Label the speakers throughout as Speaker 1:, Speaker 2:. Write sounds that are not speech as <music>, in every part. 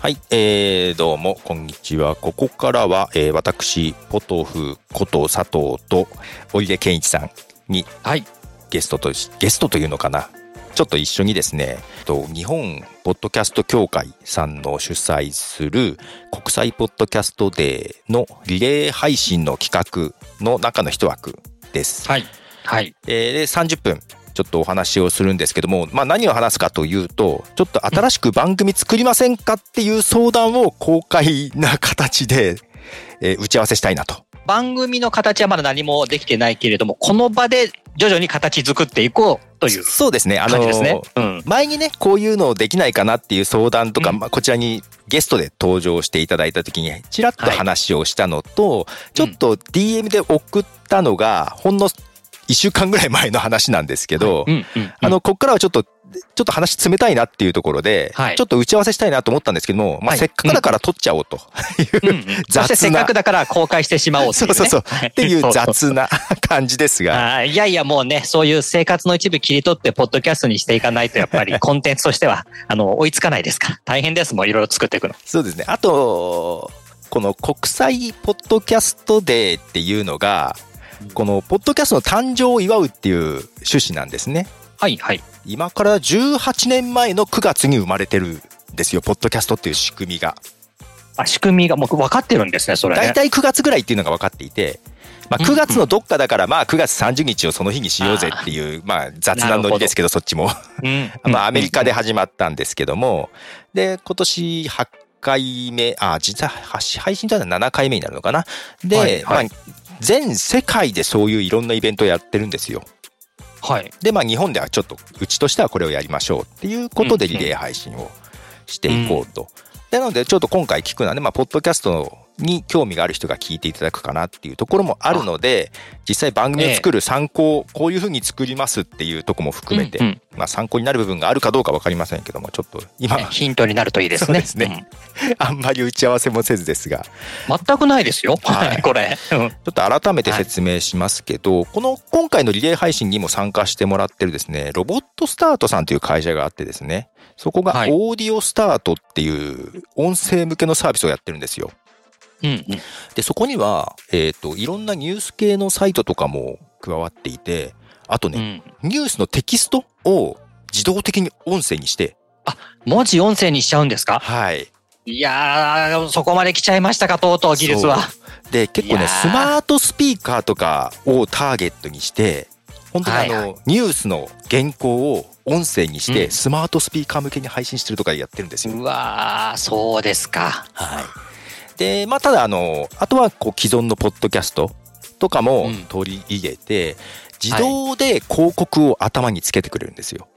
Speaker 1: はい、えー、どうも、こんにちは。ここからは、えー、私、ポトフこと佐藤と、おいで健一さんに
Speaker 2: はい。
Speaker 1: ゲストとし、ゲストというのかな。ちょっと一緒にですね、と日本ポッドキャスト協会さんの主催する国際ポッドキャストデーのリレー配信の企画の中の一枠です。
Speaker 2: はい。はい。
Speaker 1: えーで30分ちょっとお話をするんですけども、まあ、何を話すかというとちょっと新しく番組作りませんかっていう相談を公開な形で、えー打ち合わせしたいなと。
Speaker 2: 番組の形はまだ何もできてないけれども、この場で徐々に形作っていこうという
Speaker 1: そうですねあの
Speaker 2: 感じですね。うん。
Speaker 1: 前にねこういうのできないかなっていう相談とか、
Speaker 2: うん
Speaker 1: まあ、こちらにゲストで登場していただいた時にちらっと
Speaker 2: はい
Speaker 1: 話をしたのと、ちょっと DM で送ったのがほんの1週間ぐらい前の話なんですけど、
Speaker 2: うん。うん。
Speaker 1: <laughs> あの、こっからはちょっと、ちょっと話冷たいなっていうところで、
Speaker 2: はい
Speaker 1: ちょっと打ち合わせしたいなと思ったんですけども、ま
Speaker 2: は
Speaker 1: あ、
Speaker 2: い
Speaker 1: せっかくだから撮っちゃおうと。
Speaker 2: うんうん、
Speaker 1: 雑な
Speaker 2: そしてせっかくだから公開してしまおうってい、
Speaker 1: そうう
Speaker 2: ね。
Speaker 1: そうそう。っていう
Speaker 2: はい
Speaker 1: 雑な感じです
Speaker 2: <laughs>
Speaker 1: が、
Speaker 2: あーいやいや、もうね、そういう生活の一部切り取って、ポッドキャストにしていかないと、やっぱ
Speaker 1: <laughs>
Speaker 2: りコンテンツとしては、あの、追いつかないですから。大変ですもん、いろいろ作っていくの。
Speaker 1: そうですね。あと、この国際ポッドキャストデーっていうのが、このポッドキャストの誕生を祝うっていう趣旨なんですね。
Speaker 2: はい、はい。
Speaker 1: 今から18年前の9月に生まれてるんですよ、ポッドキャストっていう仕組みが。
Speaker 2: あ、仕組みがもう分かってるんですね、それね。
Speaker 1: 大体9月ぐらいっていうのが分かっていて、まあ、
Speaker 2: うん
Speaker 1: 9月のどっかだからまあ9月30日をその日にしようぜっていうまあ雑なノリですけどそっちも
Speaker 2: うん
Speaker 1: <laughs> まあアメリカで。始まったんですけどもで今年8回目あ実は配信とは7回目になるのかなで、
Speaker 2: はいはい
Speaker 1: まあ、全世界でそういういろんなイベントをやってるんですよ
Speaker 2: はい。
Speaker 1: でまあ日本ではちょっとうちとしてはこれをやりましょうっていうことでリレー配信をしていこうと。でなのでちょっと今回聞くのはね、まあ、ポッドキャストに興味がある人が聞いていただくかなっていうところもあるので実際番組を作る参考、こういうふうに作りますっていうとこも含めて、
Speaker 2: うんうん
Speaker 1: まあ、参考になる部分があるかどうか分かりませんけどもちょっと今
Speaker 2: ねヒントになるといいです
Speaker 1: そう
Speaker 2: ね。
Speaker 1: ですね <laughs> あんまり打ち合わせもせずですが
Speaker 2: うん全くないですよ。
Speaker 1: はい
Speaker 2: <laughs> これ。うん
Speaker 1: ちょっと改めて説明しますけど、この今回のリレー配信にも参加してもらってるですね、ロボットスタートさんという会社があってですね、そこが
Speaker 2: はい
Speaker 1: オーディオスタートっていう音声向けのサービスをやってるんですよ。
Speaker 2: うんうん
Speaker 1: で、そこには、えっ、と、いろんなニュース系のサイトとかも加わっていて、あと
Speaker 2: う
Speaker 1: ね、
Speaker 2: ん
Speaker 1: ニュースのテキストを自動的に音声にして、
Speaker 2: 文字音声にしちゃうんですか
Speaker 1: はい。
Speaker 2: いやー、そこまで来ちゃいましたか、とうとう技術は。
Speaker 1: で結構
Speaker 2: い
Speaker 1: ね
Speaker 2: やー
Speaker 1: スマートスピーカーとかをターゲットにして本当にあの、
Speaker 2: はい
Speaker 1: ニュースの原稿を音声にして、
Speaker 2: うん
Speaker 1: スマートスピーカー向けに配信してるとかやってるんですよ。
Speaker 2: うわー、そうですか。
Speaker 1: はい、でまあただあのあとはこう既存のポッドキャストとかも
Speaker 2: うん
Speaker 1: 取り入れて、自動で広告を頭につけてくれるんですよ。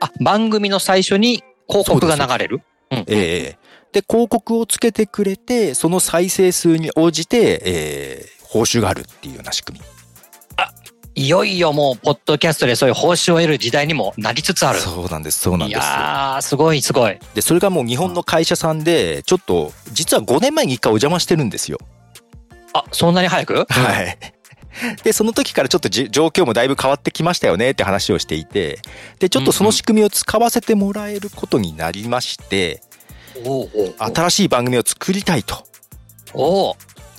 Speaker 2: あ、番組の最初に広告が流れるうん
Speaker 1: ええで広告をつけてくれてその再生数に応じて、ええ報酬があるっていうような仕組み。
Speaker 2: いよいよもう、ポッドキャストでそういう報酬を得る時代にもなりつつある。
Speaker 1: そうなんですそうなん
Speaker 2: い
Speaker 1: です。
Speaker 2: やー、すごいすごい。
Speaker 1: でそれがもう日本の会社さんでちょっと実は5年前に一回お邪魔してるんですよ。
Speaker 2: あ、そんなに早く
Speaker 1: はい <laughs> でその時からちょっとじ状況もだいぶ変わってきましたよねって話をしていてでちょっとその仕組みを使わせてもらえることになりまして
Speaker 2: おうおう
Speaker 1: 新しい番組を作りたいと。
Speaker 2: おう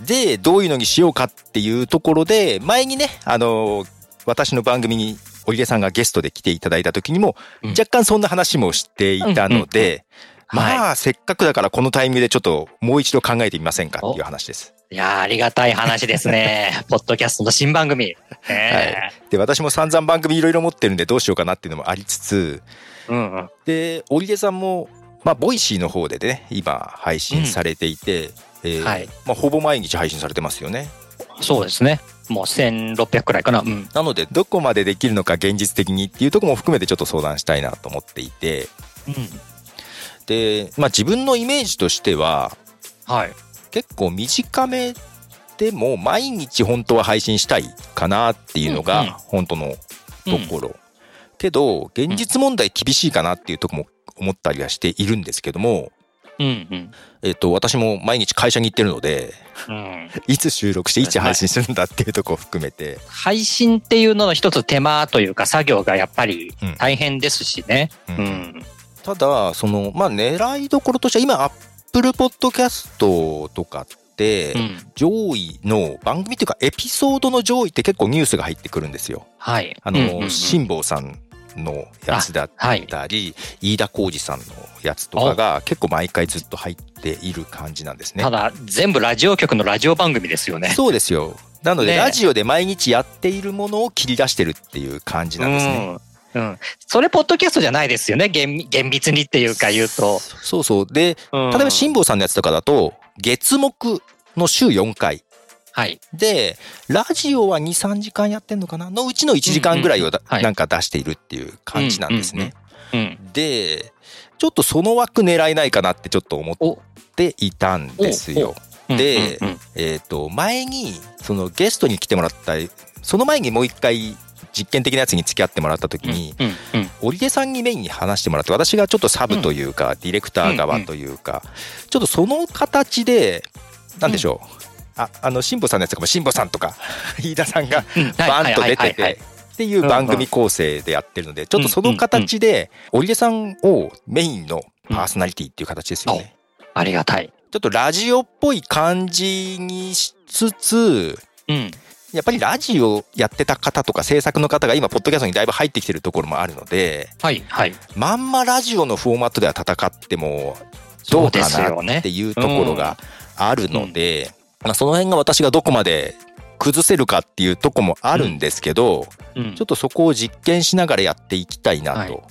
Speaker 1: でどういうのにしようかっていうところで前にねあの私の番組に織出さんがゲストで来ていただいた時にも
Speaker 2: うん
Speaker 1: 若干そんな話もしていたので
Speaker 2: は
Speaker 1: まあせっかくだからこのタイミングでちょっともう一度考えてみませんかっていう話です。
Speaker 2: い。いやー、ありがたい話ですね。
Speaker 1: <laughs>
Speaker 2: ポッドキャストの新番組。ね
Speaker 1: で私も散々番組いろいろ持ってるんでどうしようかなっていうのもありつつ
Speaker 2: えうんうん。
Speaker 1: で織出さんもまあボイシーの方でね今配信されていて、えー
Speaker 2: はい
Speaker 1: まあ、ほぼ毎日配信されてますよね。
Speaker 2: そうですね。もう1600くらいかな。うん。
Speaker 1: なのでどこまでできるのか現実的にっていうところも含めてちょっと相談したいなと思っていて
Speaker 2: うん。
Speaker 1: で、まあ、自分のイメージとしては
Speaker 2: はい。
Speaker 1: 結構短めでも毎日本当は配信したいかなっていうの
Speaker 2: うんうん
Speaker 1: が本当のところ、けど現実問題厳しいかなっていうとこも思ったりはしているんですけども、
Speaker 2: うんうん。
Speaker 1: えっと私も毎日会社に行ってるので
Speaker 2: うん。
Speaker 1: いつ収録していつ配信するんだっていうところを含めて、
Speaker 2: 配信っていうのの一つ手間というか作業がやっぱり
Speaker 1: うん
Speaker 2: 大変ですしね。
Speaker 1: うん
Speaker 2: うん。
Speaker 1: ただそのまあ狙いどころとしては今アップルポッドキャストとかって、
Speaker 2: うん。
Speaker 1: 上位の番組というかエピソードの上位って結構ニュースが入ってくるんですよ。
Speaker 2: はい。
Speaker 1: あ
Speaker 2: うんうんう
Speaker 1: の
Speaker 2: ん
Speaker 1: 辛坊さんのやつだっ
Speaker 2: あはい
Speaker 1: たり、飯田浩二さんのやつとかが結構毎回ずっと入っている感じなんですね
Speaker 2: た。だ、全部ラジオ局のラジオ番組ですよね。
Speaker 1: <laughs> そうですよ。なので、
Speaker 2: ね
Speaker 1: ラジオで毎日やっているものを切り出してるっていう感じなんですね。
Speaker 2: うん。うん。それ、ポッドキャストじゃないですよね。厳密厳密にっていうか言うと。
Speaker 1: そうそう。で、
Speaker 2: うん
Speaker 1: 例えば辛坊さんのやつとかだと、月目の週4回。
Speaker 2: はい。
Speaker 1: で、ラジオは2、3時間やってんのかなのうちの1時間ぐらいをだ
Speaker 2: うんうんはい
Speaker 1: なんか出しているっていう感じなんですね。
Speaker 2: うん。
Speaker 1: でちょっとその枠狙えないかなってちょっと思
Speaker 2: お
Speaker 1: っていたんですよ。で
Speaker 2: うんうんうん
Speaker 1: えっ、と前にそのゲストに来てもらったその前にもう一回実験的なやつに付き合ってもらった時に
Speaker 2: うんうん
Speaker 1: 織出さんにメインに話してもらって私がちょっとサブというかディレクター側というかちょっとその形でなんでしょうああの辛坊さんのやつとかも辛坊さんと
Speaker 2: <laughs>
Speaker 1: か飯田さんが
Speaker 2: うんはい
Speaker 1: バーンと出て
Speaker 2: はいはいはい
Speaker 1: てっていう番組構成でやってるので、ちょっとその形で、織出さんをメインのパーソナリティっていう形ですよね。
Speaker 2: ありがたい。
Speaker 1: ちょっとラジオっぽい感じにしつつ、
Speaker 2: うん。
Speaker 1: やっぱりラジオやってた方とか制作の方が今、ポッドキャストにだいぶ入ってきてるところもあるので、
Speaker 2: はいはい。
Speaker 1: まんまラジオのフォーマットでは戦ってもど
Speaker 2: そううで
Speaker 1: か
Speaker 2: すよ
Speaker 1: な
Speaker 2: ね
Speaker 1: っていうところがあるので、まあその辺が私がどこまで崩せるかっていうとこもあるんですけど、
Speaker 2: うん
Speaker 1: ちょっとそこを実験しながらやっていきたいな
Speaker 2: はい
Speaker 1: と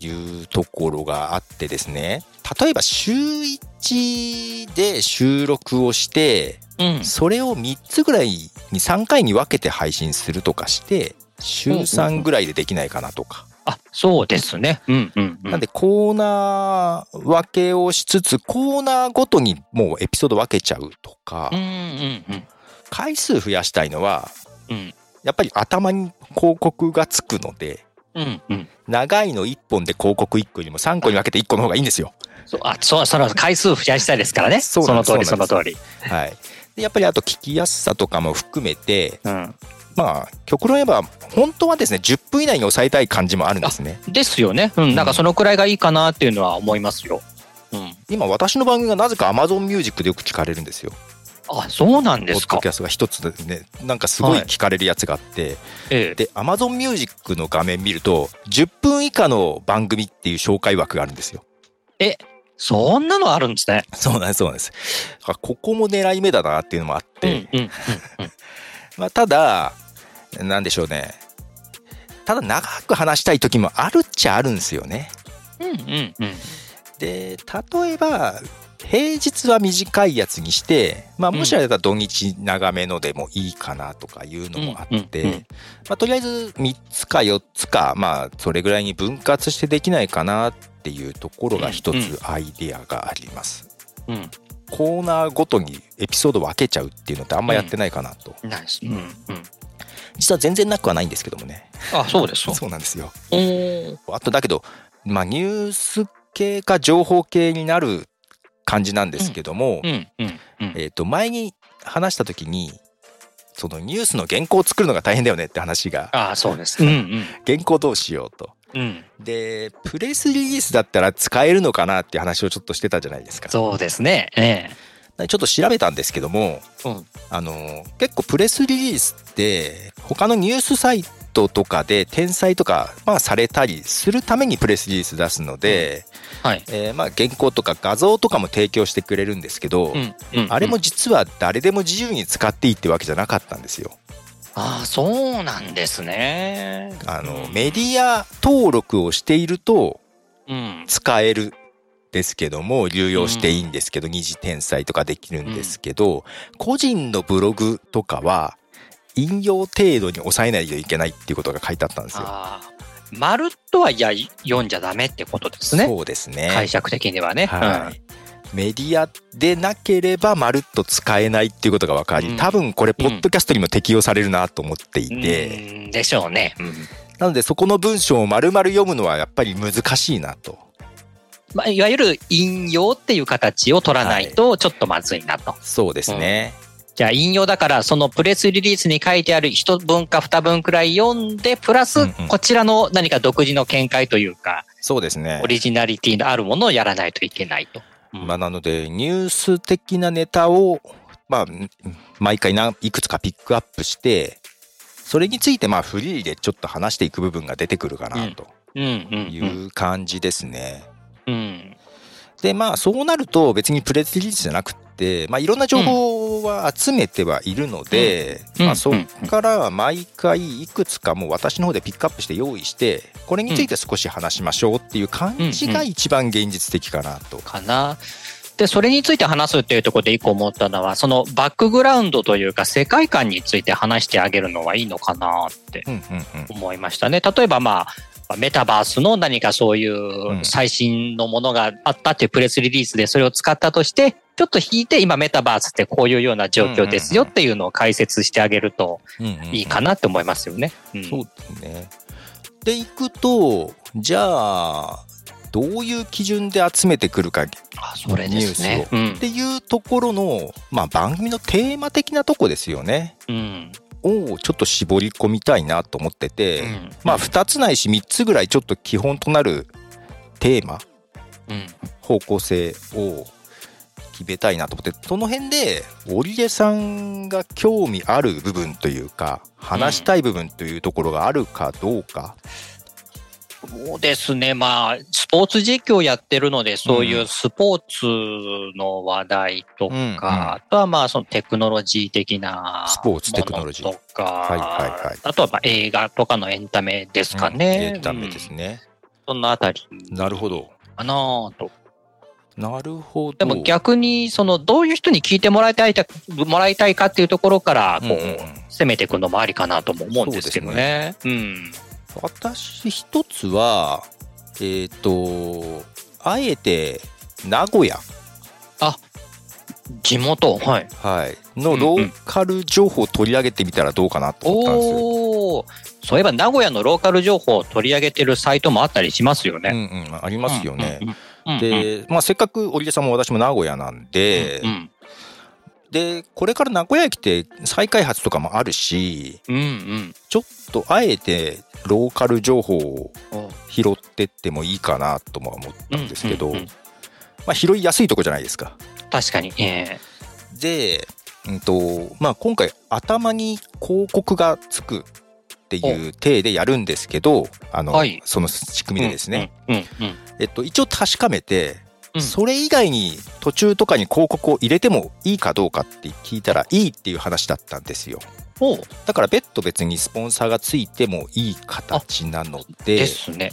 Speaker 1: いうところがあってですね、例えば週1で収録をして、
Speaker 2: うん
Speaker 1: それを3つぐらいに3回に分けて配信するとかして、週3ぐらいでできないかなとか。
Speaker 2: あ、そうですね。うんうんうん。
Speaker 1: なんでコーナー分けをしつつ、コーナーごとにもうエピソード分けちゃうとか
Speaker 2: う、んうんうん。
Speaker 1: 回数増やしたいのは、
Speaker 2: うん
Speaker 1: やっぱり頭に広告がつくので、
Speaker 2: うんうん。
Speaker 1: 長いの1本で広告1個よりも3個に分けて1個の方がいいんですよ。
Speaker 2: そう、あ、そう、その回数増やしたいですからね。そ
Speaker 1: そうなんで
Speaker 2: の
Speaker 1: す
Speaker 2: 通り、
Speaker 1: そ
Speaker 2: そう
Speaker 1: なんです
Speaker 2: の通り。
Speaker 1: はい、でやっぱりあと聞きやすさとかも含めて
Speaker 2: うん。
Speaker 1: まあ極論言えば本当はですね10分以内に抑えたい感じもあるんですね。
Speaker 2: ですよね。うん。なんかそのくらいがいいかなっていうのは思いますよ。うん。
Speaker 1: 今私の番組がなぜか AmazonMusic でよく聞かれるんですよ。
Speaker 2: あ、そうなんで
Speaker 1: ポッ
Speaker 2: すか
Speaker 1: ドキ。ャストが一つでねなんかすごい
Speaker 2: はい
Speaker 1: 聞かれるやつがあって、
Speaker 2: ええ。
Speaker 1: で AmazonMusic の画面見ると10分以下の番組っていう紹介枠があるんですよ。
Speaker 2: そんなのあるんですね。
Speaker 1: <laughs> そうなんですそうなんです。だからここも狙い目だなっていうのもあって。
Speaker 2: うんうん
Speaker 1: まあ、ただ、なんでしょうね。ただ長く話したい時もあるっちゃあるんですよね。
Speaker 2: うんうんうん
Speaker 1: で、例えば、平日は短いやつにして、まあ、もしあれだったら土日長めのでもいいかなとかいうのもあっ
Speaker 2: うんうんうん
Speaker 1: て、まあ、とりあえず3つか4つか、まあ、それぐらいに分割してできないかなっていうところが一つアイデアがあります。
Speaker 2: うん。
Speaker 1: コーナーごとにエピソード分けちゃうっていうのってあんまやってないかなと。
Speaker 2: うん。ナイス。うんうん。
Speaker 1: 実は全然なくはないんですけどもね。
Speaker 2: あ、そうです。そう
Speaker 1: そうなんですよ。
Speaker 2: おー
Speaker 1: あとだけど、まあ、ニュース系か情報系になる感じなんですけども、
Speaker 2: うんうんうん。
Speaker 1: えー、と前に話した時にそのニュースの原稿を作るのが大変だよねって話
Speaker 2: <laughs>
Speaker 1: が
Speaker 2: あ、そうです。うんうん
Speaker 1: 原稿どうしようと。
Speaker 2: うん。
Speaker 1: でプレスリリースだったら使えるのかなっていう話をちょっとしてたじゃないですか。ちょ
Speaker 2: そうですね。ええ。
Speaker 1: っと調べたんですけども、
Speaker 2: うん
Speaker 1: あの結構プレスリリースって他のニュースサイトとかで転載とか、まあ、されたりするためにプレスリリース出すので、
Speaker 2: はい。
Speaker 1: えーまあ原稿とか画像とかも提供してくれるんですけど、
Speaker 2: うんうんうん
Speaker 1: あれも実は誰でも自由に使っていいってわけじゃなかったんですよ。
Speaker 2: ああ、そうなんですね。
Speaker 1: あのメディア登録をしていると
Speaker 2: うん。
Speaker 1: 使えるですけども流用していいんですけど、二次転載とかできるんですけど、個人のブログとかは引用程度に抑えないといけないっていうことが書いてあったんですよ。
Speaker 2: ああ。丸とはいや読んじゃダメってことですね。
Speaker 1: そうですね。
Speaker 2: 解釈的にはね。
Speaker 1: はいメディアでなければまるっと使えないっていうことが分かり、
Speaker 2: うん
Speaker 1: 多分これ
Speaker 2: う
Speaker 1: ポ
Speaker 2: ん
Speaker 1: ッドキャストにも適用されるなと思ってい
Speaker 2: うん
Speaker 1: て、
Speaker 2: うんでしょうね。うん
Speaker 1: なのでそこの文章を丸々読むのはやっぱり難しいなと。
Speaker 2: まあ、いわゆる引用っていう形を取らないとちょっとまずいなと。
Speaker 1: そうですね。
Speaker 2: じゃあ引用だからそのプレスリリースに書いてある一文か二文くらい読んで、プラ
Speaker 1: う
Speaker 2: ス
Speaker 1: んうん
Speaker 2: こちらの何か独自の見解というか、
Speaker 1: そうですね
Speaker 2: オ。リジナリティのあるものをやらないといけないと。うん
Speaker 1: まあ、なのでニュース的なネタを、まあ、毎回何いくつかピックアップしてそれについてまあフリーでちょっと話していく部分が出てくるかなと
Speaker 2: うんうん
Speaker 1: い
Speaker 2: うん。
Speaker 1: う感じですね。
Speaker 2: うん
Speaker 1: でまあそうなると別にプレスリリースじゃなくって、まあ、いろんな情報は集めてはいるので、
Speaker 2: う
Speaker 1: ま
Speaker 2: んう
Speaker 1: あ、
Speaker 2: ん
Speaker 1: そこからは毎回いくつかもう私の方でピックアップして用意してこれについて少し話しましょうっていう感じが一番現実的かなと。
Speaker 2: かな。で、それについて話すっていうところで一個思ったのは、そのバックグラウンドというか世界観について話してあげるのはいいのかなって
Speaker 1: うんうんうん
Speaker 2: 思いましたね。例えばまあ、メタバースの何かそういうんう最新のものがあったっていうプレスリリースでそれを使ったとして、ちょっと引いて今メタバースってこういうような状況ですよっていうのを解説してあげると
Speaker 1: うんうんうん
Speaker 2: いいかなって思いますよね。うん
Speaker 1: そうですね。でいくとじゃあどういう基準で集めてくるかっ
Speaker 2: あそれですね。うん
Speaker 1: ていうところの、まあ、番組のテーマ的なとこですよね。
Speaker 2: うん
Speaker 1: をちょっと絞り込みたいなと思ってて、
Speaker 2: うん
Speaker 1: まあ2つないし3つぐらいちょっと基本となるテーマ
Speaker 2: うん
Speaker 1: 方向性を決めたいなと思ってその辺で織江さんが興味ある部分というか話したい部分というところがあるかどうか、
Speaker 2: そうですね、まあ、スポーツ実況やってるので、そういうスポーツの話題とか、
Speaker 1: うんうん
Speaker 2: あとはまあ、そのテクノロジー的な
Speaker 1: スポーツテクノロジー
Speaker 2: ものとか、
Speaker 1: はいはいはい
Speaker 2: あとはまあ映画とかのエンタメですかね。
Speaker 1: うんダメです
Speaker 2: うん
Speaker 1: ね、
Speaker 2: そのあたり
Speaker 1: なるほど
Speaker 2: かなぁと。
Speaker 1: なるほど
Speaker 2: でも逆に、その、どういう人に聞いてもらいたいたもらいたいかっていうところから、こう、
Speaker 1: うんうんうん
Speaker 2: 攻めていくのもありかなとも思うんですけどね。うん。
Speaker 1: 私一つはえっ、とあえて名古屋
Speaker 2: 地元。はい。
Speaker 1: はい、のローカル情報を取り上げてみたらどうかなと思ったんですよ。
Speaker 2: おおー、そういえば名古屋のローカル情報を取り上げてるサイトもあったりしますよ
Speaker 1: う
Speaker 2: ね。
Speaker 1: んうん、ありますよね。
Speaker 2: うんうんうん。
Speaker 1: で、まあ、せっかく織江さんも私も名古屋なんで、
Speaker 2: うん
Speaker 1: でこれから名古屋駅って再開発とかもあるし
Speaker 2: うんうん
Speaker 1: ちょっとあえてローカル情報を
Speaker 2: うん。
Speaker 1: 拾ってってもいいかなとも思ったんですけど、
Speaker 2: うんうんうん
Speaker 1: まあ、拾いやすいとこじゃないですか。
Speaker 2: 確かに。え
Speaker 1: で、うんとまあ、今回頭に広告がつくっていう体でやるんですけどあの、
Speaker 2: はい
Speaker 1: その仕
Speaker 2: え
Speaker 1: 組みでですね、。
Speaker 2: うんうんうん。
Speaker 1: えっと、一応確かめて、
Speaker 2: うん
Speaker 1: それ以外に途中とかに広告を入れてもいいかどうかって聞いたらいいっていう話だったんですよ
Speaker 2: おう
Speaker 1: だから別途別にスポンサーがついてもいい形なので
Speaker 2: ですね。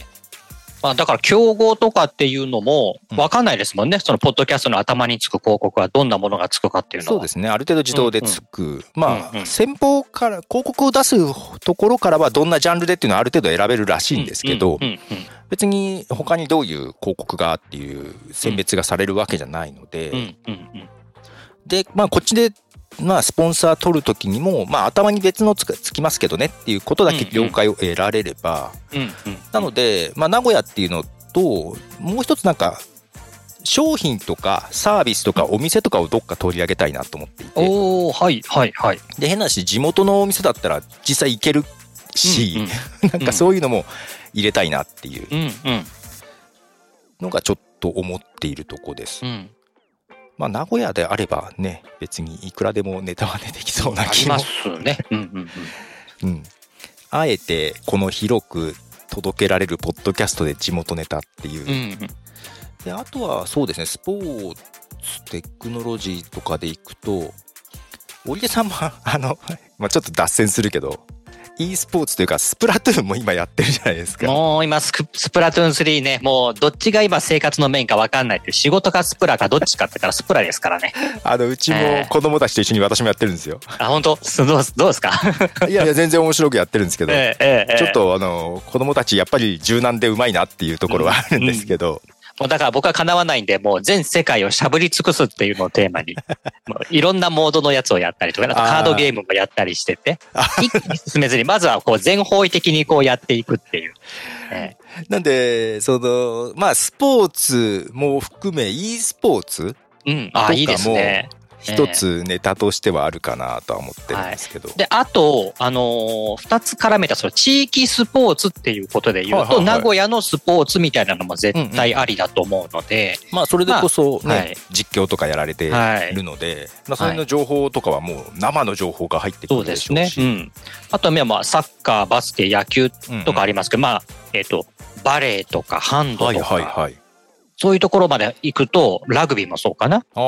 Speaker 2: まあだから競合とかっていうのも
Speaker 1: うん
Speaker 2: わかんないですもんね。そのポッドキャストの頭につく広告はどんなものがつくかっていうのは。
Speaker 1: そうですねある程度自動でつく、まあ、
Speaker 2: うんうん
Speaker 1: 先方から広告を出すところからはどんなジャンルでっていうのはある程度選べるらしいんですけど、
Speaker 2: うんうんうん
Speaker 1: 別に他にどういう広告がっていう選別がされるわけじゃないので、
Speaker 2: うんうんうん
Speaker 1: で、まあ、こっちで、まあ、スポンサー取るときにも、まあ、頭に別のつくつきますけどねっていうことだけ了解を得られれば、
Speaker 2: うんうん。
Speaker 1: なので、まあ、名古屋っていうのともう一つなんか商品とかサービスとかお店とかをどっか取り上げたいなと思っていて
Speaker 2: おおはいはいはい。
Speaker 1: で変な話地元のお店だったら実際行けるし、
Speaker 2: うん
Speaker 1: <laughs>
Speaker 2: うん
Speaker 1: なんかそういうのも入れたいなっていう
Speaker 2: うんうん
Speaker 1: のがちょっと思っているとこです
Speaker 2: う。ん。
Speaker 1: まあ、名古屋であればね別にいくらでもネタは出てきそうな
Speaker 2: あり
Speaker 1: 気も
Speaker 2: ますね。うんうんうん。
Speaker 1: うん、あえてこの広く届けられるポッドキャストで地元ネタっていう、
Speaker 2: うんうん
Speaker 1: であとはそうですねスポーツテクノロジーとかでいくと織江さんもあの、 <laughs> まあ、ちょっと脱線するけど e スポーツというかスプラトゥーンも今やってるじゃないですか。
Speaker 2: もう今スク、スプラトゥーン3ね、もうどっちが今生活のメインか分かんないっていう、仕事かスプラかどっちかってからスプラですからね。
Speaker 1: あのうちも
Speaker 2: ええ
Speaker 1: 子供たちと一緒に私もやってるんですよ。
Speaker 2: <laughs> あ、本当すどうすどうです <laughs> か
Speaker 1: いやいや全然面白くやってるんですけど、
Speaker 2: ええええええ
Speaker 1: ちょっとあの子供たちやっぱり柔軟でうまいなっていうところはあるんですけど、
Speaker 2: もうだから僕は叶わないんで、もう全世界をしゃぶり尽くすっていうのをテーマ <laughs> に、もういろんなモードのやつをやったりとか、あとカードゲームもやったりして <laughs> て、一気に進めずに、まずはこう全方位的にこうやっていくっていう。ね
Speaker 1: なんで、その、まあ、スポーツも含め e スポーツ
Speaker 2: うん、あ、いいですね。
Speaker 1: 一つネタとしてはあるかなとは思ってるんですけど。
Speaker 2: で、あと、あのー二つ絡めた、その地域スポーツっていうことで言うと、
Speaker 1: はいはいはい
Speaker 2: 名古屋のスポーツみたいなのも絶対ありだと思うので、
Speaker 1: まあ、それでこそ、ね
Speaker 2: まあはい
Speaker 1: 実況とかやられてい
Speaker 2: はい
Speaker 1: るので、まあ、それの情報とかはもう生の情報が入ってく
Speaker 2: そう
Speaker 1: る
Speaker 2: で
Speaker 1: でし
Speaker 2: す
Speaker 1: ょう
Speaker 2: ね。
Speaker 1: し。
Speaker 2: うん。あとは、まあ、サッカー、バスケ、野球
Speaker 1: うんうん
Speaker 2: とかありますけど、まあ、えっ、と、バレエとかハンド
Speaker 1: はい
Speaker 2: とか、
Speaker 1: はいはい。
Speaker 2: そういうところまで行くと、ラグビーもそうかな。
Speaker 1: ああ、
Speaker 2: う
Speaker 1: ああ、あ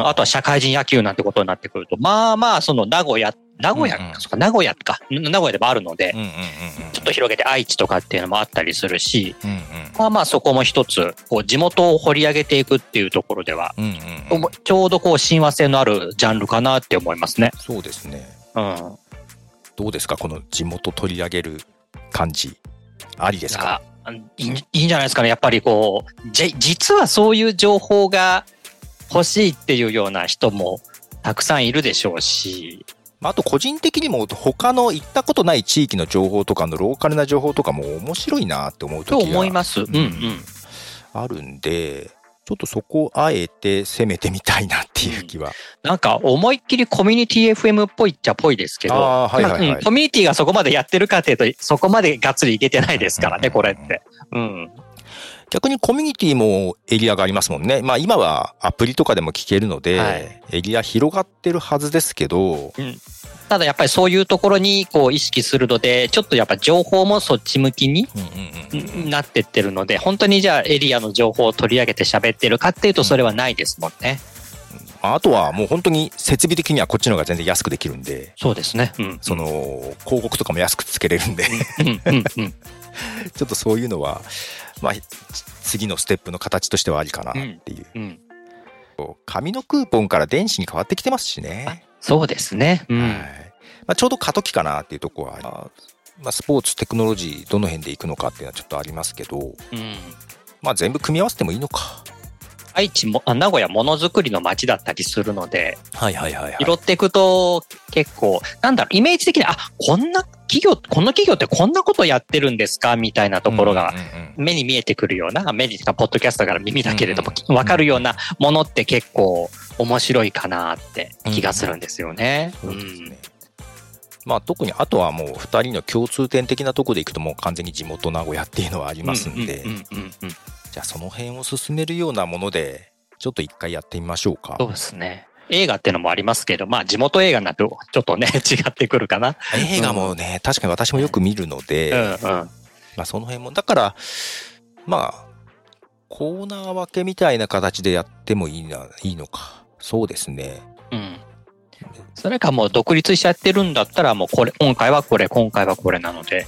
Speaker 2: ん、
Speaker 1: あ。
Speaker 2: あとは社会人野球なんてことになってくると、まあまあ、その名古屋、名古屋か、
Speaker 1: うんうん
Speaker 2: そっか、名古屋か、ん名古屋でもあるので、
Speaker 1: うんうんうん
Speaker 2: ちょっと広げて愛知とかっていうのもあったりするし、
Speaker 1: うん。うん
Speaker 2: まあまあそこも一つ、こう地元を掘り上げていくっていうところでは、
Speaker 1: うん。うんうんうん
Speaker 2: ちょうどこう親和性のあるジャンルかなって思いますね。
Speaker 1: そうですね。
Speaker 2: うん。
Speaker 1: どうですか、この地元取り上げる感じ。ありですか。
Speaker 2: あいいんいいんじゃないですかね。やっぱりこう、じ実はそういう情報が欲しいっていうような人もたくさんいるでしょうし、
Speaker 1: まああと個人的にも他の行ったことない地域の情報とかのローカルな情報とかも面白いなって思う
Speaker 2: と
Speaker 1: 時
Speaker 2: 思い
Speaker 1: が
Speaker 2: ます。うん
Speaker 1: ん
Speaker 2: うん。
Speaker 1: あるんで、ちょっとそこをあえて攻めてみたいなっていう気は。
Speaker 2: なんか思いっきりコミュニティ FM っぽいっちゃっぽいですけど、
Speaker 1: あーはいはいはい
Speaker 2: まあうんコミュニティがそこまでやってるかっていうと、そこまでがっつりいけてないですからね、
Speaker 1: うんうん
Speaker 2: こ
Speaker 1: うんう
Speaker 2: れ
Speaker 1: ん
Speaker 2: って。うん。
Speaker 1: 逆にコミュニティもエリアがありますもんね。まあ今はアプリとかでも聞けるので、
Speaker 2: はい
Speaker 1: エリア広がってるはずですけど、
Speaker 2: ただやっぱりそういうところにこう意識するので、ちょっとやっぱ情報もそっち向きに
Speaker 1: うんうんうん
Speaker 2: んなってってるので、本当にじゃあエリアの情報を取り上げて喋ってるかっていうとそれはないですもんね。
Speaker 1: まああとはもう本当に設備的にはこっちの方が全然安くできるんで、
Speaker 2: そうですね。うん。
Speaker 1: その広告とかも安くつけれるんで、
Speaker 2: うんうんうん
Speaker 1: ちょっとそういうのは、まあ、ひ次のステップの形としてはありかなっていう。
Speaker 2: うん。
Speaker 1: 紙のクーポンから電子に変わってきてますしね。
Speaker 2: そうですね。う
Speaker 1: はい
Speaker 2: ん。
Speaker 1: まあ、ちょうど過渡期かなっていうところは、まあ、スポーツ、テクノロジー、どの辺でいくのかっていうのはちょっとありますけど、
Speaker 2: うん。
Speaker 1: まあ、全部組み合わせてもいいのか。
Speaker 2: 愛知も、あ名古屋ものづくりの街だったりするので、
Speaker 1: はいはいはい、
Speaker 2: 拾っていくと結構、なんだろう、イメージ的に、あ、こんな企業、この企業ってこんなことやってるんですかみたいなところが
Speaker 1: うんうんうん
Speaker 2: 目に見えてくるような目にかポッドキャストだから耳だけれども、
Speaker 1: うん
Speaker 2: わかるようなものって結構面白いかなって気がするんですよね。
Speaker 1: そううんですね。まあ、特にあとはもう2人の共通点的なところでいくともう完全に地元名古屋っていうのはありますんで、
Speaker 2: ううんうんうん
Speaker 1: じゃあその辺を進めるようなものでちょっと一回やってみましょうか
Speaker 2: そうですね。映画ってのもありますけど、まあ地元映画なんて <laughs> ちょっとね、違ってくるかな。
Speaker 1: 映画もね、確かに私もよく見るので、
Speaker 2: うんうん。
Speaker 1: まあ、その辺もだからまあコーナー分けみたいな形でやってもいいないいのかそうですね
Speaker 2: うん。それかもう独立しちゃってるんだったら、もうこれ、今回はこれ、今回はこれなので、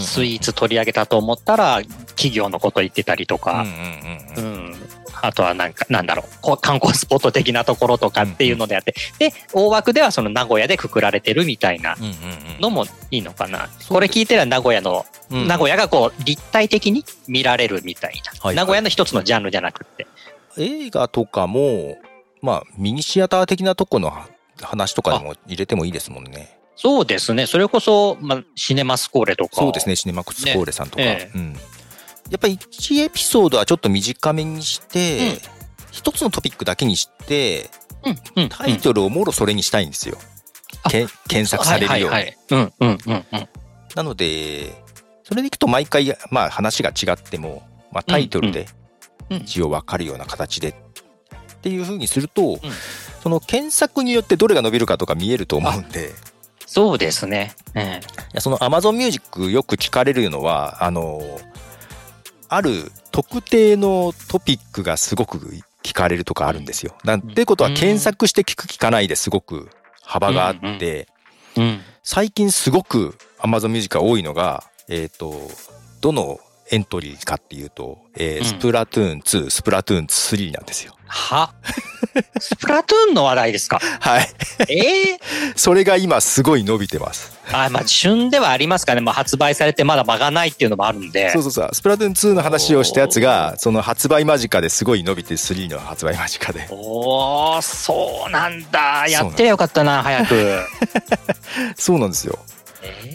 Speaker 2: スイーツ取り上げたと思ったら、企業のこと言ってたりと
Speaker 1: うん
Speaker 2: か
Speaker 1: う、んうん
Speaker 2: う
Speaker 1: うん
Speaker 2: ん、あとはなんかなんだろうこう観光スポット的なところとかっていうのであって、で大枠ではその名古屋でくくられてるみたいな
Speaker 1: うん
Speaker 2: のもいいのかな、これ聞いてら名古屋の、
Speaker 1: うんうん
Speaker 2: 名古屋がこう立体的に見られるみたいな、
Speaker 1: はい
Speaker 2: 名古屋の一つのジャンルじゃなくって、
Speaker 1: 映画とかもまあミニシアター的なとこの話とかでも入れてもいいですもんね
Speaker 2: そうですねそれこそ、まあ、シネマスコーレとか
Speaker 1: そうですねシネマックスコーレさんとか、
Speaker 2: ね
Speaker 1: う
Speaker 2: え
Speaker 1: ん、やっぱり1エピソードはちょっと短めにして、
Speaker 2: うん
Speaker 1: 一つのトピックだけにして
Speaker 2: うんうんうん
Speaker 1: タイトルをもろそれにしたいんですよ、
Speaker 2: あ
Speaker 1: け検索されるように、
Speaker 2: はいはいはいうんうんうんうん
Speaker 1: なので、それでいくと毎回、まあ話が違っても、まあタイトルで
Speaker 2: うんうん
Speaker 1: 一応わかるような形でっていうふうにすると、
Speaker 2: うん
Speaker 1: その検索によってどれが伸びるかとか見えると思うんで、い
Speaker 2: そうですね、ええ
Speaker 1: やその Amazon Music よく聞かれるのは、あの、ある特定のトピックがすごく聞かれるとかあるんですよ。なんていうことは
Speaker 2: うん
Speaker 1: 検索して聞く聞かないですごく幅があって、
Speaker 2: うんうん最
Speaker 1: 最近すごく Amazon Music が多いのが、えっ、と、どのエントリーかっていうと、えー
Speaker 2: うん
Speaker 1: スプラトゥーン2、スプラトゥーン3なんですよ。
Speaker 2: は <laughs> スプラトゥーンの話題ですか <laughs>
Speaker 1: はい。
Speaker 2: ええ
Speaker 1: それが今すごい伸びてます。
Speaker 2: あまあ、旬ではありますかね。まあ、発売されてまだ間がないっていうのもあるんで
Speaker 1: そ。うそうそう。スプラトゥーン2の話をしたやつが、その発売間近ですごい伸びて、3の発売間近
Speaker 2: <laughs>
Speaker 1: で。
Speaker 2: おー、そうなんだ。
Speaker 1: そう
Speaker 2: や
Speaker 1: なん
Speaker 2: ってりゃよかったな、
Speaker 1: <laughs>
Speaker 2: 早く。
Speaker 1: そうなんですよ。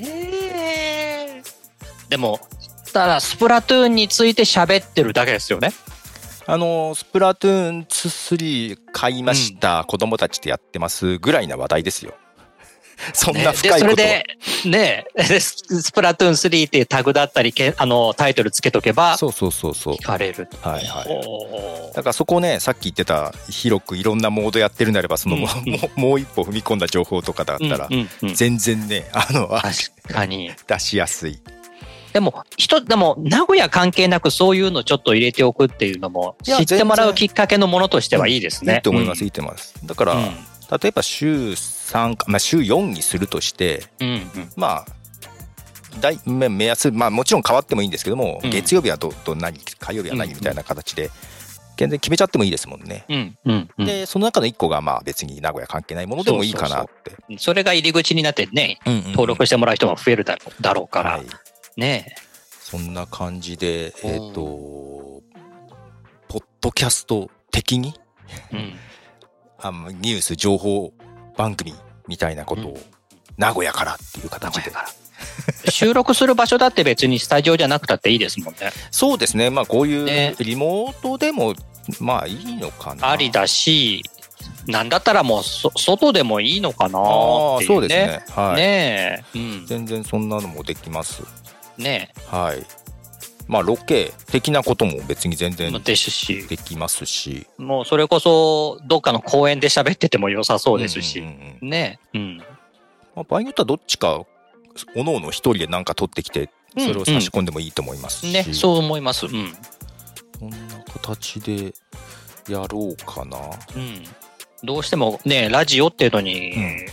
Speaker 2: ええでも、ただ、スプラトゥーンについて喋ってるだけですよね。
Speaker 1: あの、スプラトゥーン2、3買いました、子供たちでやってますぐらいな話題ですよ。そんな
Speaker 2: ね
Speaker 1: 深いことは、
Speaker 2: で、それで、ねえ、ススプラトゥーン3っていうタグだったり、けあの、タイトルつけとけば、
Speaker 1: そうそうそうそう。
Speaker 2: 聞かれる。
Speaker 1: はいはい。
Speaker 2: おー
Speaker 1: だからそこをねさっき言ってた広くいろんなモードやってるなればそのも,、
Speaker 2: うん
Speaker 1: もうもう一歩踏み込んだ情報とかだったら
Speaker 2: うんうんうん
Speaker 1: 全然ねあのあ
Speaker 2: 確かに。
Speaker 1: 出しやすい
Speaker 2: でも、人、でも、名古屋関係なくそういうのちょっと入れておくっていうのも、
Speaker 1: い
Speaker 2: 知
Speaker 1: や
Speaker 2: ってもらうきっかけのものとしてはいいですね。
Speaker 1: いいと思います、
Speaker 2: う
Speaker 1: い
Speaker 2: ん
Speaker 1: いと思いますだから、
Speaker 2: うん
Speaker 1: 例えば週3か、まあ、週4にするとして
Speaker 2: うんうん
Speaker 1: まあ大目目安、まあ、もちろん変わってもいいんですけども、
Speaker 2: うん
Speaker 1: 月曜日はどどんなに火曜日は何みたいな形で全然決めちゃってもいいですもんね、
Speaker 2: うんうんうん
Speaker 1: でその中の1個がまあ別に名古屋関係ないものでもいいかなって
Speaker 2: それが入り口になってね、
Speaker 1: うんうんうん
Speaker 2: 登録してもらう人が増えるだろうだろうから、
Speaker 1: はい
Speaker 2: ね
Speaker 1: そんな感じで、
Speaker 2: うん
Speaker 1: えっ、と、ポッドキャスト的に
Speaker 2: え、うん
Speaker 1: あのニュース情報番組みたいなことを、
Speaker 2: うん
Speaker 1: 名古屋からっていう形
Speaker 2: 名
Speaker 1: で
Speaker 2: 古屋から。収録する場所だって別にスタジオじゃなくたっていいですもんね。
Speaker 1: そうですねまあこうい
Speaker 2: ね
Speaker 1: うリモートでも、まあいいのかな
Speaker 2: ありだし、なんだったらもうそ外でもいいのかな
Speaker 1: あ
Speaker 2: ーっ
Speaker 1: あ
Speaker 2: てい
Speaker 1: そうう
Speaker 2: ね。
Speaker 1: ですねはい
Speaker 2: ねえ、うん、
Speaker 1: 全然そんなのもできます
Speaker 2: ね
Speaker 1: はいまあロケ的なことも別に全
Speaker 2: え、
Speaker 1: 然
Speaker 2: ですし、
Speaker 1: できますし
Speaker 2: もうそれこそどっかの公園で喋ってても良さそうですし、
Speaker 1: んんうんうん
Speaker 2: ねえ、うん、
Speaker 1: まあ、場合によってはどっちかおのおの一人で何か取ってきて
Speaker 2: うん
Speaker 1: それを差し込んでもいいと思いますし、
Speaker 2: ね、そう思います。うん、
Speaker 1: こんな形でやろうかな
Speaker 2: うん、どうしてもね、ラジオっていうのに、
Speaker 1: うん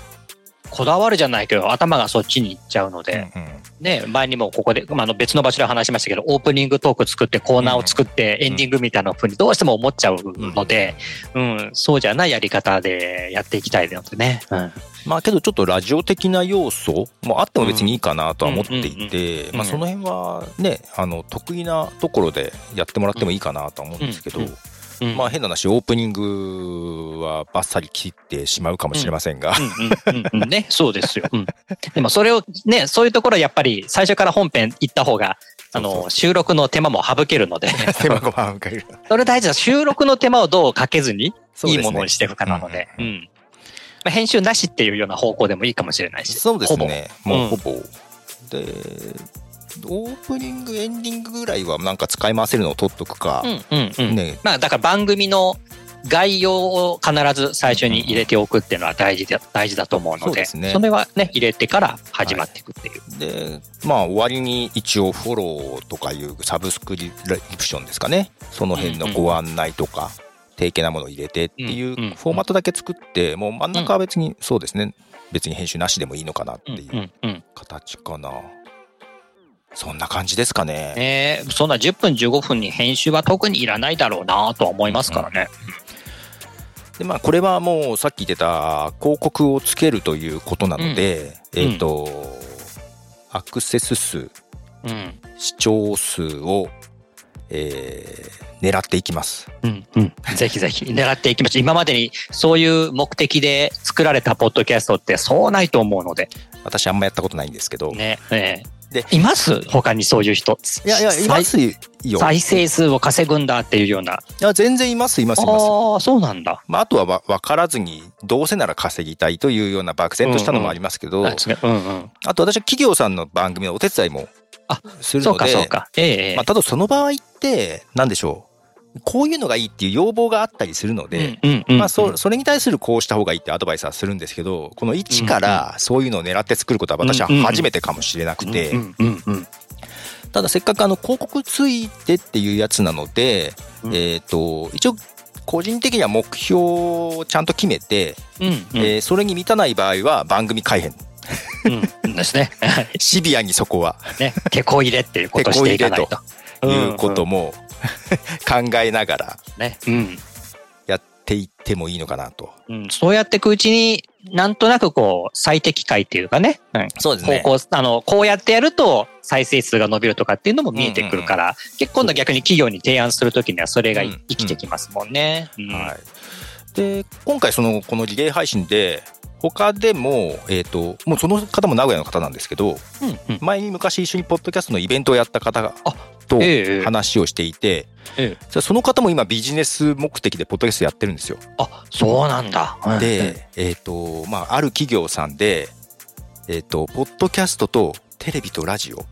Speaker 2: こだわるじゃないけど、頭がそっちに行っちゃうので、
Speaker 1: うんうん
Speaker 2: ね、前にもここで、まあ、あの別の場所で話しましたけど、オープニングトーク作って、コーナーを作って、
Speaker 1: ん
Speaker 2: エンディングみたいなふうにどうしても思っちゃうので、うん、そうじゃないやり方でやっていきたいのでね。うん
Speaker 1: まあけどちょっとラジオ的な要素もあっても別にいいかなとは思っていて、
Speaker 2: うん
Speaker 1: まあ、その辺はねあの得意なところでやってもらってもいいかなとは思うんですけど、
Speaker 2: うんうんうん
Speaker 1: まあ変な話オープニングはバッサリ切ってしまうかもしれませんが、
Speaker 2: うんうんうんうんね、そうですよ。うん、でもそれをね、そういうところはやっぱり最初から本編行った方が、
Speaker 1: そ
Speaker 2: あ
Speaker 1: うそ
Speaker 2: の、収録の手間も省けるので、
Speaker 1: 手間ご <laughs> まんかいる
Speaker 2: <laughs> それ大事だ。収録の手間をどうかけずに、いいものにしていくかなので、
Speaker 1: う
Speaker 2: うん。
Speaker 1: うん
Speaker 2: まあ、編集なしっていうような方向でもいいかもしれないし。
Speaker 1: そうです
Speaker 2: ほぼ。
Speaker 1: ねもうほ
Speaker 2: ほ
Speaker 1: ぼ、でオープニングエンディングぐらいはなんか使い回せるのを取っとくか
Speaker 2: う、んうんうん。
Speaker 1: ね
Speaker 2: まあ、だから番組の概要を必ず最初に入れておくっていうのは大事だ大事だと思うので、
Speaker 1: そうですね
Speaker 2: れはね、入れてから始まっていくっていう。
Speaker 1: でまあ終わりに一応フォローとかいうサブスクリプションですかねその辺のご案内とか、定型なものを入れてってい
Speaker 2: んうん
Speaker 1: うフォーマットだけ作ってもう真ん中は別にそうですね別に編集なしでもいいのかなって
Speaker 2: うん
Speaker 1: いう
Speaker 2: うんうん
Speaker 1: 形かなそんな感じですかね
Speaker 2: ねえそんな10分15分に編集は特にいらないだろうなとは思いますからね。
Speaker 1: でまあこれはもうさっき言ってた広告をつけるということなので、
Speaker 2: ん
Speaker 1: えっ、と、アクセス数
Speaker 2: うん。
Speaker 1: 視聴数を、えー狙っていきます
Speaker 2: うん。うん。 <laughs> ぜひぜひ狙っていきましょう。今までにそういう目的で作られたポッドキャストってそうないと思うので。
Speaker 1: 私あんまやったことないんですけど、
Speaker 2: ね。ねえ
Speaker 1: で
Speaker 2: います他にそういう人。
Speaker 1: いやいやいますよい
Speaker 2: 再生数を稼ぐんだっていうような。
Speaker 1: や全然いますいますいます
Speaker 2: ああ、そうなんだ。
Speaker 1: まあ、あとはわ分からずにどうせなら稼ぎたいというような漠然としたのもありますけど、
Speaker 2: あ違ううんうん。
Speaker 1: あと私は企業さんの番組のお手伝いも
Speaker 2: あ
Speaker 1: する
Speaker 2: そう
Speaker 1: の
Speaker 2: か
Speaker 1: で
Speaker 2: そうか。ええ。
Speaker 1: まあ、ただその場合って何でしょうこういうのがいいっていう要望があったりするので、
Speaker 2: うんうんうん
Speaker 1: まあ、そそれに対するこうした方がいいってアドバイスはするんですけどこの一からそういうのを狙って作ることは私は初めてかもしれなくて、
Speaker 2: うんうんうん
Speaker 1: ただせっかくあの広告ついてっていうやつなので、
Speaker 2: うん
Speaker 1: えっ、と一応個人的には目標をちゃんと決めて、
Speaker 2: うんうん
Speaker 1: えーそれに満たない場合は番組改
Speaker 2: <laughs>
Speaker 1: 編
Speaker 2: うんですね。
Speaker 1: シビアにそこは
Speaker 2: ね、手こ入れっていうことをしていかないと。
Speaker 1: 手いうことも考えながら
Speaker 2: ね。うん。
Speaker 1: やっていってもいいのかなと。
Speaker 2: うん、そうやっていくうちに、なんとなくこう、最適解っていうかね、うん
Speaker 1: そうですね
Speaker 2: こうこうあのこうやってやると再生数が伸びるとかっていうのも見えてくるから、結構今度逆に企業に提案するときにはそれがい
Speaker 1: うん
Speaker 2: 生きてきますもんね。うん
Speaker 1: はい、で今回そのこのリレー配信で他でも,、えー、ともうその方も名古屋の方なんですけど
Speaker 2: うんうん
Speaker 1: 前に昔一緒にポッドキャストのイベントをやった方が
Speaker 2: あ
Speaker 1: と
Speaker 2: ええ
Speaker 1: 話をしていて、
Speaker 2: え
Speaker 1: じゃあその方も今ビジネス目的でポッドキャストやってるんですよ。
Speaker 2: あそうなんだ。うんうん
Speaker 1: で、えーとまあ、ある企業さんで、えー、とポッドキャストとテレビとラジオ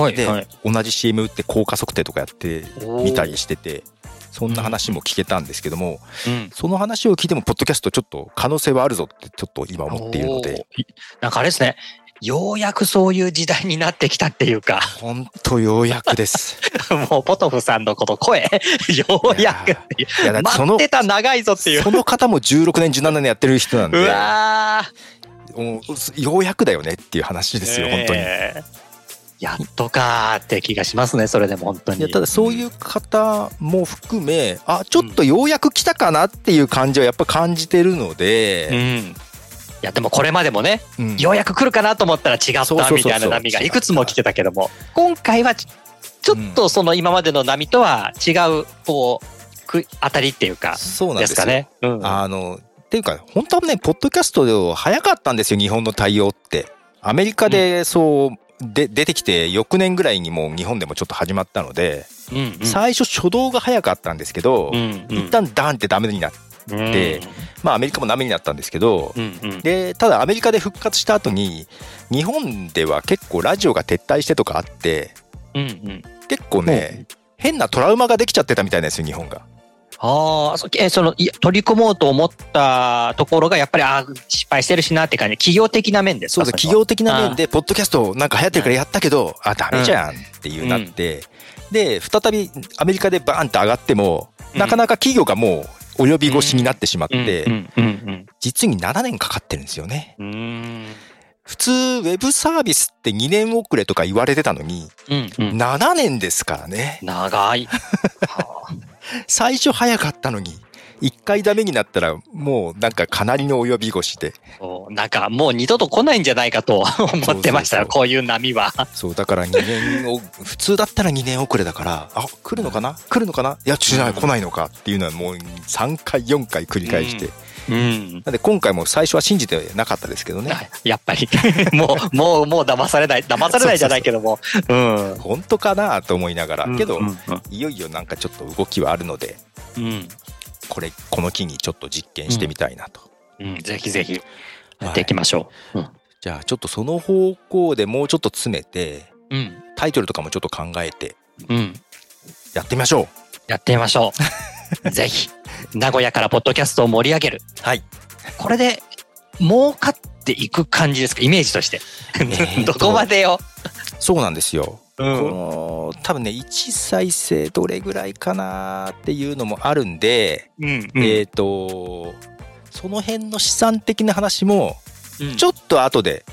Speaker 2: はい
Speaker 1: で
Speaker 2: はい、
Speaker 1: 同じ CM 打って効果測定とかやってみたりしててそんな話も聞けたんですけども、
Speaker 2: うん
Speaker 1: その話を聞いても、ポッドキャストちょっと可能性はあるぞってちょっと今思っているので、
Speaker 2: おーなんかあれですね。ようやくそういう時代になってきたっていうか、
Speaker 1: ほんとようやく
Speaker 2: <laughs>
Speaker 1: です。
Speaker 2: もうポトフさんのこと声、ようやくっていう
Speaker 1: いや、だってそ
Speaker 2: 待っ
Speaker 1: の、
Speaker 2: てた長いぞっていう。
Speaker 1: その方も16年、17年やってる人なん
Speaker 2: う
Speaker 1: で、
Speaker 2: わー。
Speaker 1: もうようやくだよねっていう話ですよ、本当に。い
Speaker 2: えーやっとかーって気がしますね、それでも本当に。
Speaker 1: やただそういうう方も含めあちょっとようやく来たかなっていう感じはやっぱ感じてるの
Speaker 2: ん。う
Speaker 1: で、
Speaker 2: んいや、でもこれまでもね、
Speaker 1: うん
Speaker 2: ようやく来るかなと思ったら違っ
Speaker 1: そうそうそう
Speaker 2: た
Speaker 1: そう
Speaker 2: みたいな波がいくつも来てたけども、今回はちちょっとその今までの波とは違う、こう、く当たりっていうか、
Speaker 1: そうなん
Speaker 2: で
Speaker 1: ですす
Speaker 2: か
Speaker 1: よ
Speaker 2: ね。うん
Speaker 1: あのっていうか本当はねポッドキャストでは早かったんですよ日本の対応ってアメリカでそう、で出てきて翌年ぐらいにもう日本でもちょっと始まったので、
Speaker 2: うんうん
Speaker 1: 最初初動が早かったんですけど、
Speaker 2: うんうん
Speaker 1: 一旦ダーンってダメになって、てまあアメリカもダメになったんですけど、
Speaker 2: うんうん
Speaker 1: でただアメリカで復活した後に日本では結構ラジオが撤退してとかあって
Speaker 2: うんうん
Speaker 1: 結構ね、変なトラウマができちゃってたみたいなんですよ日本が。
Speaker 2: ああ、そえそのい取り込もうと思ったところが、やっぱり、ああ、失敗してるしなって感じ、企業的な面です
Speaker 1: そう
Speaker 2: か
Speaker 1: です
Speaker 2: そ
Speaker 1: 企
Speaker 2: れは
Speaker 1: 業的な面でポッドキャストなんか流行ってるからやったけどあダメじゃんっていうなって、で再びアメリカでバーンと上がっても
Speaker 2: うん
Speaker 1: なかなか企業がもう及び腰になってしまって、
Speaker 2: うんうん
Speaker 1: 実に7年かかってるんですよね
Speaker 2: うんうん
Speaker 1: 普通ウェブサービスって2年遅れとか言われてたのに
Speaker 2: うんうん
Speaker 1: 7年ですからね
Speaker 2: 長いはあ
Speaker 1: 最初早かったのに1回ダメになったらもうなんかかなりの及び腰で
Speaker 2: そうなんかもう二度と来ないんじゃないかと <laughs> 思ってました
Speaker 1: そうそう
Speaker 2: よ
Speaker 1: そ
Speaker 2: こういう波は
Speaker 1: そうだから2年を普通だったら2年遅れだからあ来るのかな来るのかないや違う来ないのかっていうのはもう3回4回繰り返して、
Speaker 2: ううん
Speaker 1: なんで今回も最初は信じてなかったですけどね
Speaker 2: <laughs> やっぱりもうもうもう騙されない騙されないじゃないけどもうん
Speaker 1: 本当かなと思いながらけど、
Speaker 2: うん
Speaker 1: いよいよなんかちょっと動きはあるので
Speaker 2: うん
Speaker 1: これこの機にちょっと実験してみたいなと、
Speaker 2: うんぜひぜひやっていきましょう、
Speaker 1: じゃあちょっとその方向でもうちょっと詰めて
Speaker 2: うん
Speaker 1: タイトルとかもちょっと考えて
Speaker 2: うんうん
Speaker 1: やってみましょう
Speaker 2: やってみましょ
Speaker 1: <laughs>
Speaker 2: うぜひ名古屋からポッドキャストを盛り上げる
Speaker 1: はい
Speaker 2: これで儲かっていく感じですかイメージとして
Speaker 1: ーと
Speaker 2: <laughs> <laughs> どこまでよ、
Speaker 1: <laughs> そうなんですよ
Speaker 2: うん
Speaker 1: この多分ね1再生どれぐらいかなっていうのもあるんで、
Speaker 2: うん
Speaker 1: えっ、とその辺の資産的な話も
Speaker 2: うん
Speaker 1: ちょっと後で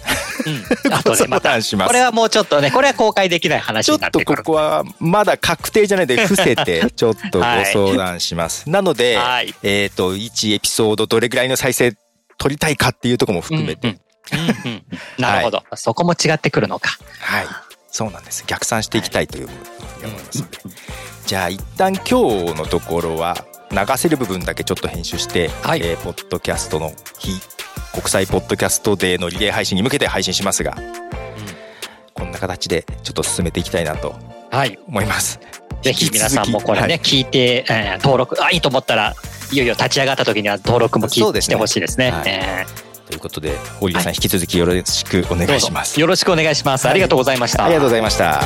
Speaker 2: うん、あとでま
Speaker 1: <laughs>
Speaker 2: た、
Speaker 1: しま
Speaker 2: こ
Speaker 1: す
Speaker 2: れ。はもうちょっとね、これは公開できない話
Speaker 1: ちょ
Speaker 2: に
Speaker 1: っ
Speaker 2: なっ
Speaker 1: と
Speaker 2: てく
Speaker 1: こ
Speaker 2: る。
Speaker 1: こはまだ確定じゃない
Speaker 2: <laughs>
Speaker 1: で伏せてちょっとご相談します。なので、
Speaker 2: はい。
Speaker 1: えっ、と1エピソードどれぐらいの再生取りたいかっていうところも含めて、
Speaker 2: うん
Speaker 1: <laughs>
Speaker 2: うんうんなるほど、そこも違ってくるのか。
Speaker 1: はい、そうなんです。逆算していきたいというふうに思いますので、じゃあ一旦今日のところは流せる部分だけちょっと編集して、
Speaker 2: はい
Speaker 1: えーポッドキャストの日国際ポッドキャストデーのリレー配信に向けて配信しますが、こんな形でちょっと進めていきたいなと
Speaker 2: はい。
Speaker 1: 思います。
Speaker 2: ぜひ皆さんもこれね、
Speaker 1: 引
Speaker 2: 聞いて、えー登録、あ、いいと思ったら、いよいよ立ち上がった時には登録も聞
Speaker 1: そう
Speaker 2: いて
Speaker 1: ですね
Speaker 2: してほしいですね。
Speaker 1: はい
Speaker 2: え
Speaker 1: ということで堀江さん、
Speaker 2: はい
Speaker 1: 引き続きよろしくお
Speaker 2: ーど
Speaker 1: 願
Speaker 2: う
Speaker 1: い
Speaker 2: ぞ
Speaker 1: します。
Speaker 2: よろしくお願いします。ありがとうございました。
Speaker 1: ありがとうございました。